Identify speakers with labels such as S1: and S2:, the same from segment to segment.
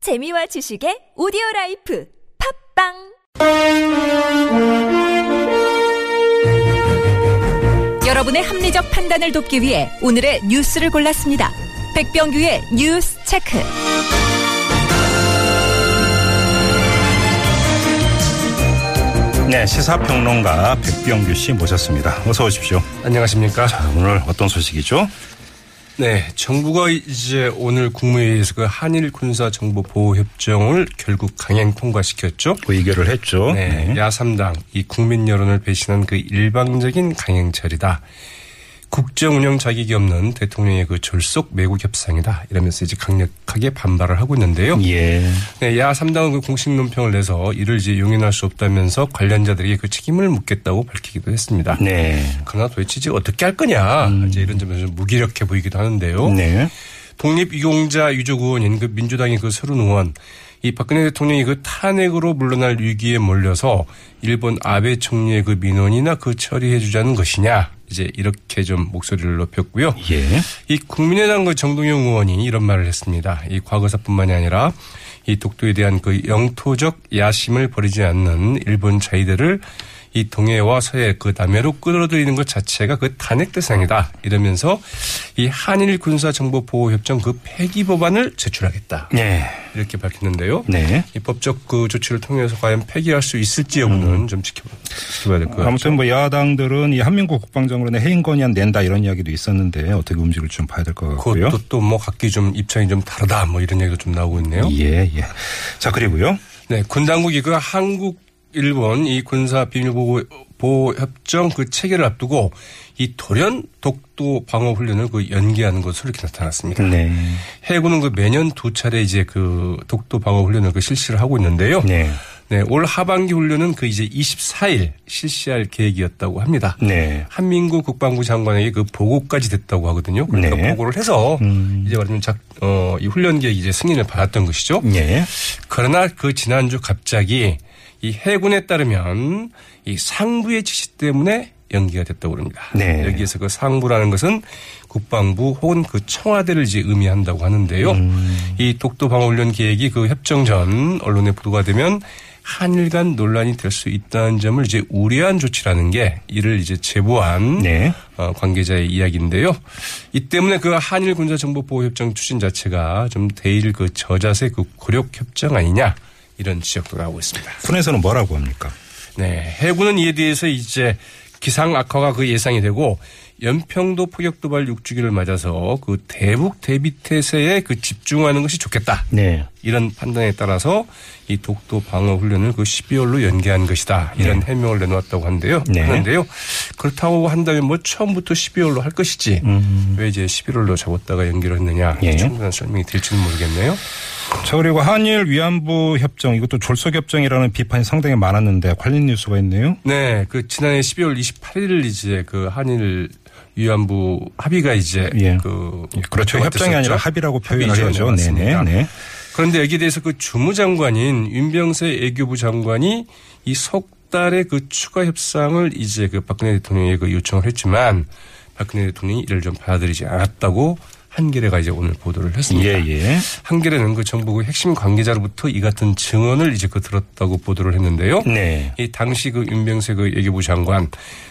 S1: 재미와 지식의 오디오 라이프 팝빵 여러분의 합리적 판단을 돕기 위해 오늘의 뉴스를 골랐습니다. 백병규의 뉴스 체크.
S2: 네, 시사평론가 백병규 씨 모셨습니다. 어서 오십시오.
S3: 안녕하십니까.
S2: 자, 오늘 어떤 소식이죠?
S3: 네, 정부가 이제 오늘 국무회의에서 그 한일 군사 정보 보호 협정을 결국 강행 통과시켰죠.
S4: 그
S2: 의결을 했죠.
S3: 네,
S2: 네.
S3: 야삼당 이 국민 여론을 배신한 그 일방적인 강행처리다. 국정 운영 자격이 없는 대통령의 그 졸속 매국 협상이다. 이러면서 이제 강력하게 반발을 하고 있는데요.
S4: 음.
S2: 예.
S3: 네, 야3당은 그 공식 논평을 내서 이를 이제 용인할 수 없다면서 관련자들에게 그 책임을 묻겠다고 밝히기도 했습니다.
S2: 네.
S3: 그러나 도대체 이제 어떻게 할 거냐 이제 이런 점에서 좀 무기력해 보이기도 하는데요.
S2: 음. 네.
S3: 독립유공자 유족 의원인 그 민주당의 그 서른 의원 이 박근혜 대통령이 그 탄핵으로 물러날 위기에 몰려서 일본 아베 총리의 그 민원이나 그 처리해 주자는 것이냐 이제 이렇게 좀 목소리를 높였고요.
S2: 예.
S3: 이 국민의당 그 정동영 의원이 이런 말을 했습니다. 이 과거사뿐만이 아니라 이 독도에 대한 그 영토적 야심을 버리지 않는 일본 자위대를 이 동해와 서해 그 남해로 끌어들이는 것 자체가 그 탄핵 대상이다 이러면서 이 한일 군사 정보 보호 협정 그 폐기 법안을 제출하겠다
S2: 네.
S3: 이렇게 밝혔는데요.
S2: 네.
S3: 이 법적 그 조치를 통해서 과연 폐기할 수 있을지 여부는 좀 지켜봐, 지켜봐야 될 것 같아요.
S4: 아무튼 뭐 야당들은 이 한민국 국방장관의 해임 건의안 낸다 이런 이야기도 있었는데 어떻게 움직일지 좀 봐야 될 것 같고요.
S3: 그것도 또 뭐 각기 좀 입장이 좀 다르다 뭐 이런 얘기도 좀 나오고 있네요.
S4: 예, 예. 자, 그리고요.
S3: 네, 군 당국이 그 한국 일본 이 군사 비밀 보호 보호 협정 그 체결을 앞두고 이 돌연 독도 방어 훈련을 그 연기하는 것으로 이렇게 나타났습니다.
S2: 네.
S3: 해군은 그 매년 두 차례 이제 그 독도 방어 훈련을 그 실시를 하고 있는데요.
S2: 네.
S3: 네, 올 하반기 훈련은 그 이제 24일 실시할 계획이었다고 합니다.
S2: 네.
S3: 한민국 국방부 장관에게 그 보고까지 됐다고 하거든요. 그러니까
S2: 네. 음.
S3: 보고를 해서 이제 말하자면 작, 어, 이 훈련 계획 이제 승인을 받았던 것이죠.
S4: 네.
S2: 예.
S3: 그러나 그 지난주 갑자기 이 해군에 따르면 이 상부의 지시 때문에 연기가 됐다고 합니다.
S2: 네.
S3: 여기에서 그 상부라는 것은 국방부 혹은 그 청와대를 이제 의미한다고 하는데요. 이 독도 방어훈련 계획이 그 협정 전 언론에 보도가 되면 한일 간 논란이 될 수 있다는 점을 이제 우려한 조치라는 게 이를 이제 제보한
S2: 네.
S3: 어, 관계자의 이야기인데요. 이 때문에 그 한일 군사 정보 보호 협정 추진 자체가 좀 대일 그 저자세 그 고력 협정 아니냐 이런 지적도 나오고 있습니다.
S4: 군에서는 뭐라고 합니까?
S3: 네, 해군은 이에 대해서 이제 기상 악화가 그 예상이 되고 연평도 포격 도발 육주기를 맞아서 그 대북 대비 태세에 그 집중하는 것이 좋겠다.
S2: 네.
S3: 이런 판단에 따라서 이 독도 방어 훈련을 그 12월로 연기한 것이다. 이런 해명을 내놓았다고 한데요.
S2: 네.
S3: 하는데요. 그렇다고 한다면 뭐 처음부터 12월로 할 것이지 왜 이제 11월로 잡았다가 연기를 했느냐
S2: 음. 예.
S3: 충분한 설명이 될지는 모르겠네요.
S4: 자, 그리고 한일 위안부 협정 이것도 졸속 협정이라는 비판이 상당히 많았는데 관련 뉴스가 있네요.
S3: 네, 그 지난해 12월 28일 이제 그 한일 위안부 합의가 이제
S4: 예.
S3: 그
S4: 그렇죠.
S3: 발표가
S4: 협정이
S3: 됐었죠.
S4: 아니라 합의라고
S3: 합의죠.
S4: 표현하죠. 네,
S3: 맞습니다.
S4: 네, 네.
S3: 그런데 여기에 대해서 그 주무장관인 윤병세 애교부 장관이 이 석 달의 그 추가 협상을 이제 그 박근혜 대통령에 그 요청을 했지만 박근혜 대통령이 이를 좀 받아들이지 않았다고 한겨레가 이제 오늘 보도를 했습니다.
S4: 예, 예.
S3: 한겨레는 그 정부 그 핵심 관계자로부터 이 같은 증언을 이제 그 들었다고 보도를 했는데요.
S2: 네.
S3: 이 당시 그 윤병세 그 외교부 장관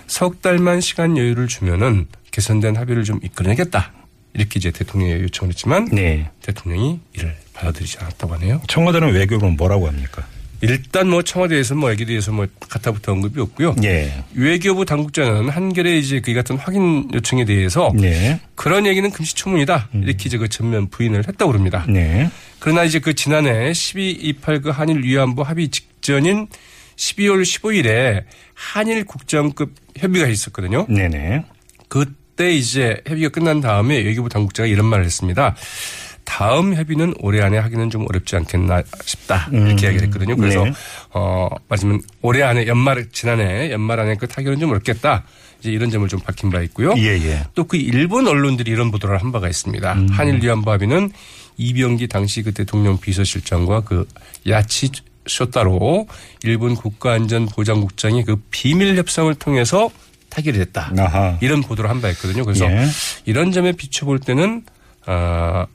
S3: 석 달만 시간 여유를 주면은 개선된 합의를 좀 이끌어내겠다 이렇게 이제 대통령에 요청을 했지만
S2: 네.
S3: 대통령이 이를 받아들이지 않았다고 하네요.
S4: 청와대는 외교부는 뭐라고 합니까?
S3: 일단 뭐 청와대에서 뭐 여기 대해서 뭐 가타부터 언급이 없고요.
S4: 네.
S2: 예.
S3: 외교부 당국자는 한결의 이제 그 같은 확인 요청에 대해서
S4: 네.
S3: 그런 얘기는 금시초문이다 이렇게 이제 그 전면 부인을 했다고 그럽니다.
S4: 네.
S3: 그러나 이제 그 지난해 12.28 그 한일 위안부 합의 직전인 12월 15일에 한일 국장급 협의가 있었거든요.
S4: 네, 네.
S3: 그때 이제 협의가 끝난 다음에 외교부 당국자가 이런 말을 했습니다. 다음 협의는 올해 안에 하기는 좀 어렵지 않겠나 싶다 이렇게 이야기를 했거든요. 그래서
S4: 음, 네.
S3: 어 맞으면 올해 안에 연말 지난해 연말 안에 그 타결은 좀 어렵겠다. 이제 이런 점을 좀 밝힌 바 있고요.
S4: 예, 음. 예.
S3: 또 그 일본 언론들이 이런 보도를 한 바가 있습니다. 한일 위안부 합의는 이병기 당시 그 대통령 비서실장과 그 야치 쇼타로 일본 국가안전보장국장이 그 비밀 협상을 통해서 타결이 됐다.
S4: 아하.
S3: 이런 보도를 한 바 있거든요. 그래서
S4: 예.
S3: 이런 점에 비춰볼 때는 아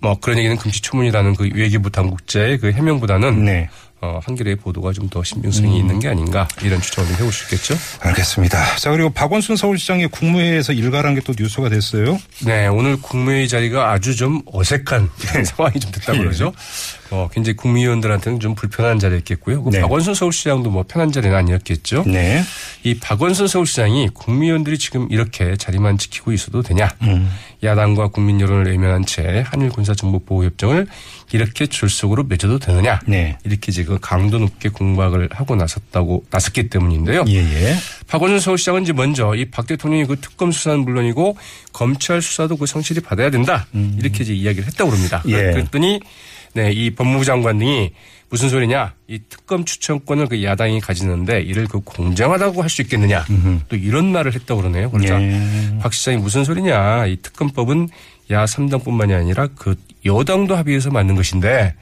S3: 뭐 그런 얘기는 금시초문이라는 그 외교부 당국자의 그 해명보다는
S4: 네.
S3: 어, 한겨레의 보도가 좀 더 신빙성이 있는 게 아닌가 이런 추정을 좀 해볼 수 있겠죠.
S4: 알겠습니다. 자, 그리고 박원순 서울시장이 국무회의에서 일가란 게 또 뉴스가 됐어요.
S3: 네, 오늘 국무회의 자리가 아주 좀 어색한
S4: 네.
S3: 상황이 좀 됐다고
S4: 예.
S3: 그러죠. 어, 굉장히 국무위원들한테는 좀 불편한 자리였겠고요. 그
S4: 네.
S3: 박원순 서울시장도 뭐 편한 자리는 아니었겠죠.
S4: 네.
S3: 이 박원순 서울시장이 국무위원들이 지금 이렇게 자리만 지키고 있어도 되냐.
S4: 음.
S3: 야당과 국민 여론을 외면한 채 한일 군사정보보호협정을 이렇게 졸속으로 맺어도 되느냐.
S4: 네.
S3: 이렇게 지금 강도 높게 공박을 하고 나섰다고 나섰기 때문인데요.
S4: 예, 예.
S3: 박원순 서울시장은 이제 먼저 이 박 대통령이 그 특검 수사는 물론이고 검찰 수사도 그 성실히 받아야 된다 이렇게 이제 이야기를 했다고 그럽니다.
S4: 음. 예.
S3: 그랬더니 네, 이 법무부 장관 등이 무슨 소리냐? 이 특검 추천권을 그 야당이 가지는데 이를 그 공정하다고 할 수 있겠느냐? 또 이런 말을 했다고 그러네요. 그러자
S4: 예.
S3: 박 시장이 무슨 소리냐? 이 특검법은 야 3당뿐만이 아니라 그 여당도 합의해서 만든 것인데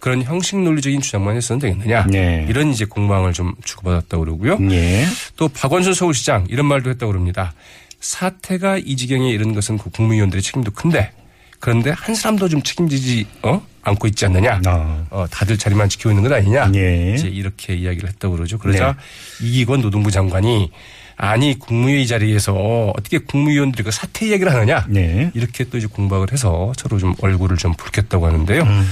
S3: 그런 형식 논리적인 주장만 했으면 되겠느냐?
S4: 네.
S3: 이런 이제 공방을 좀 주고받았다고 그러고요.
S4: 예.
S3: 또 박원순 서울시장 이런 말도 했다고 그럽니다. 사태가 이 지경에 이른 것은 그 국무위원들의 책임도 큰데 그런데 한 사람도 좀 책임지지 어? 않고 있지 않느냐.
S4: 아.
S3: 어, 다들 자리만 지키고 있는 것 아니냐.
S4: 예. 네.
S3: 이제 이렇게 이야기를 했다고 그러죠. 그러자 이기권 노동부 장관이 아니 국무회의 자리에서 어떻게 국무위원들이 그 사태 이야기를 하느냐.
S4: 네.
S3: 이렇게 또 이제 공박을 해서 서로 좀 얼굴을 좀 붉혔다고 하는데요.
S4: 음.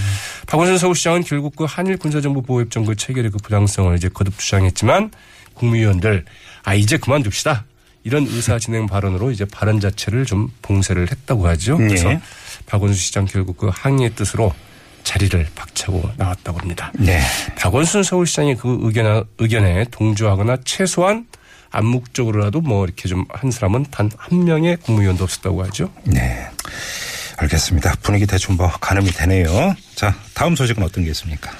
S3: 박원순 서울시장은 결국 그 한일 군사정보보호협정 그 체결의 그 부당성을 이제 거듭 주장했지만 국무위원들 아 이제 그만둡시다 이런 의사 진행 발언으로 이제 발언 자체를 좀 봉쇄를 했다고 하죠. 그래서
S4: 예.
S3: 박원순 시장 결국 그 항의의 뜻으로 자리를 박차고 나왔다고 합니다.
S4: 네.
S3: 박원순 서울시장이 그 의견, 의견에 동조하거나 최소한 암묵적으로라도 뭐 이렇게 좀 한 사람은 단 한 명의 국무위원도 없었다고 하죠.
S4: 네. 알겠습니다. 분위기 대충 뭐 가늠이 되네요. 자, 다음 소식은 어떤 게 있습니까?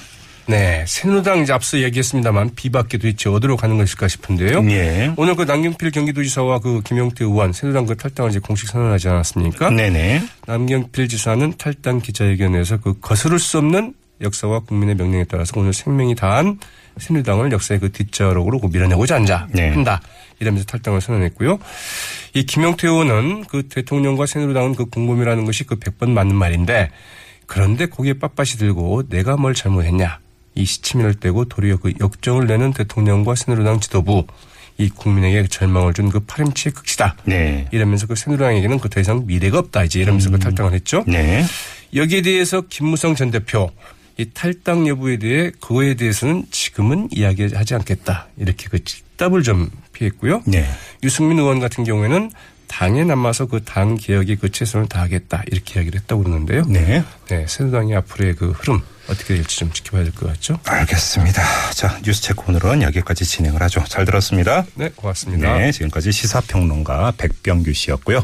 S3: 네, 새누리당 이제 앞서 얘기했습니다만 비박계 도대체 어디로 가는 것일까 싶은데요.
S4: 예.
S3: 오늘 그 남경필 경기도지사와 그 김용태 의원 새누리당 그 탈당을 이제 공식 선언하지 않았습니까?
S4: 네네.
S3: 남경필 지사는 탈당 기자회견에서 그 거스를 수 없는 역사와 국민의 명령에 따라서 오늘 생명이 다한 새누리당을 역사의 그 뒷자락으로 그 밀어내고자 한다.
S4: 네.
S3: 한다. 이러면서 탈당을 선언했고요. 이 김영태 의원은 그 대통령과 새누리당은 그 공범이라는 것이 그 100번 맞는 말인데 그런데 거기에 빳빳이 들고 내가 뭘 잘못했냐. 이 시치미를 떼고 도리어 그 역정을 내는 대통령과 새누리당 지도부 이 국민에게 절망을 준 그 파렴치의 극치다.
S4: 네. 음.
S3: 이러면서 그 새누리당에게는 그 더 이상 미래가 없다 이제 이러면서 그 탈당을 했죠.
S4: 네.
S3: 여기에 대해서 김무성 전 대표 이 탈당 여부에 대해 그거에 대해서는 지금은 이야기하지 않겠다 이렇게 그 답을 좀 피했고요.
S4: 네.
S3: 유승민 의원 같은 경우에는 당에 남아서 그 당 개혁에 그 최선을 다하겠다 이렇게 이야기를 했다고 그러는데요.
S4: 네.
S3: 네, 새누리당의 앞으로의 그 흐름 어떻게 될지 좀 지켜봐야 될 것 같죠.
S4: 알겠습니다. 자, 뉴스 체크 오늘은 여기까지 진행을 하죠. 잘 들었습니다.
S3: 네, 고맙습니다.
S4: 네. 지금까지 시사평론가 백병규 씨였고요.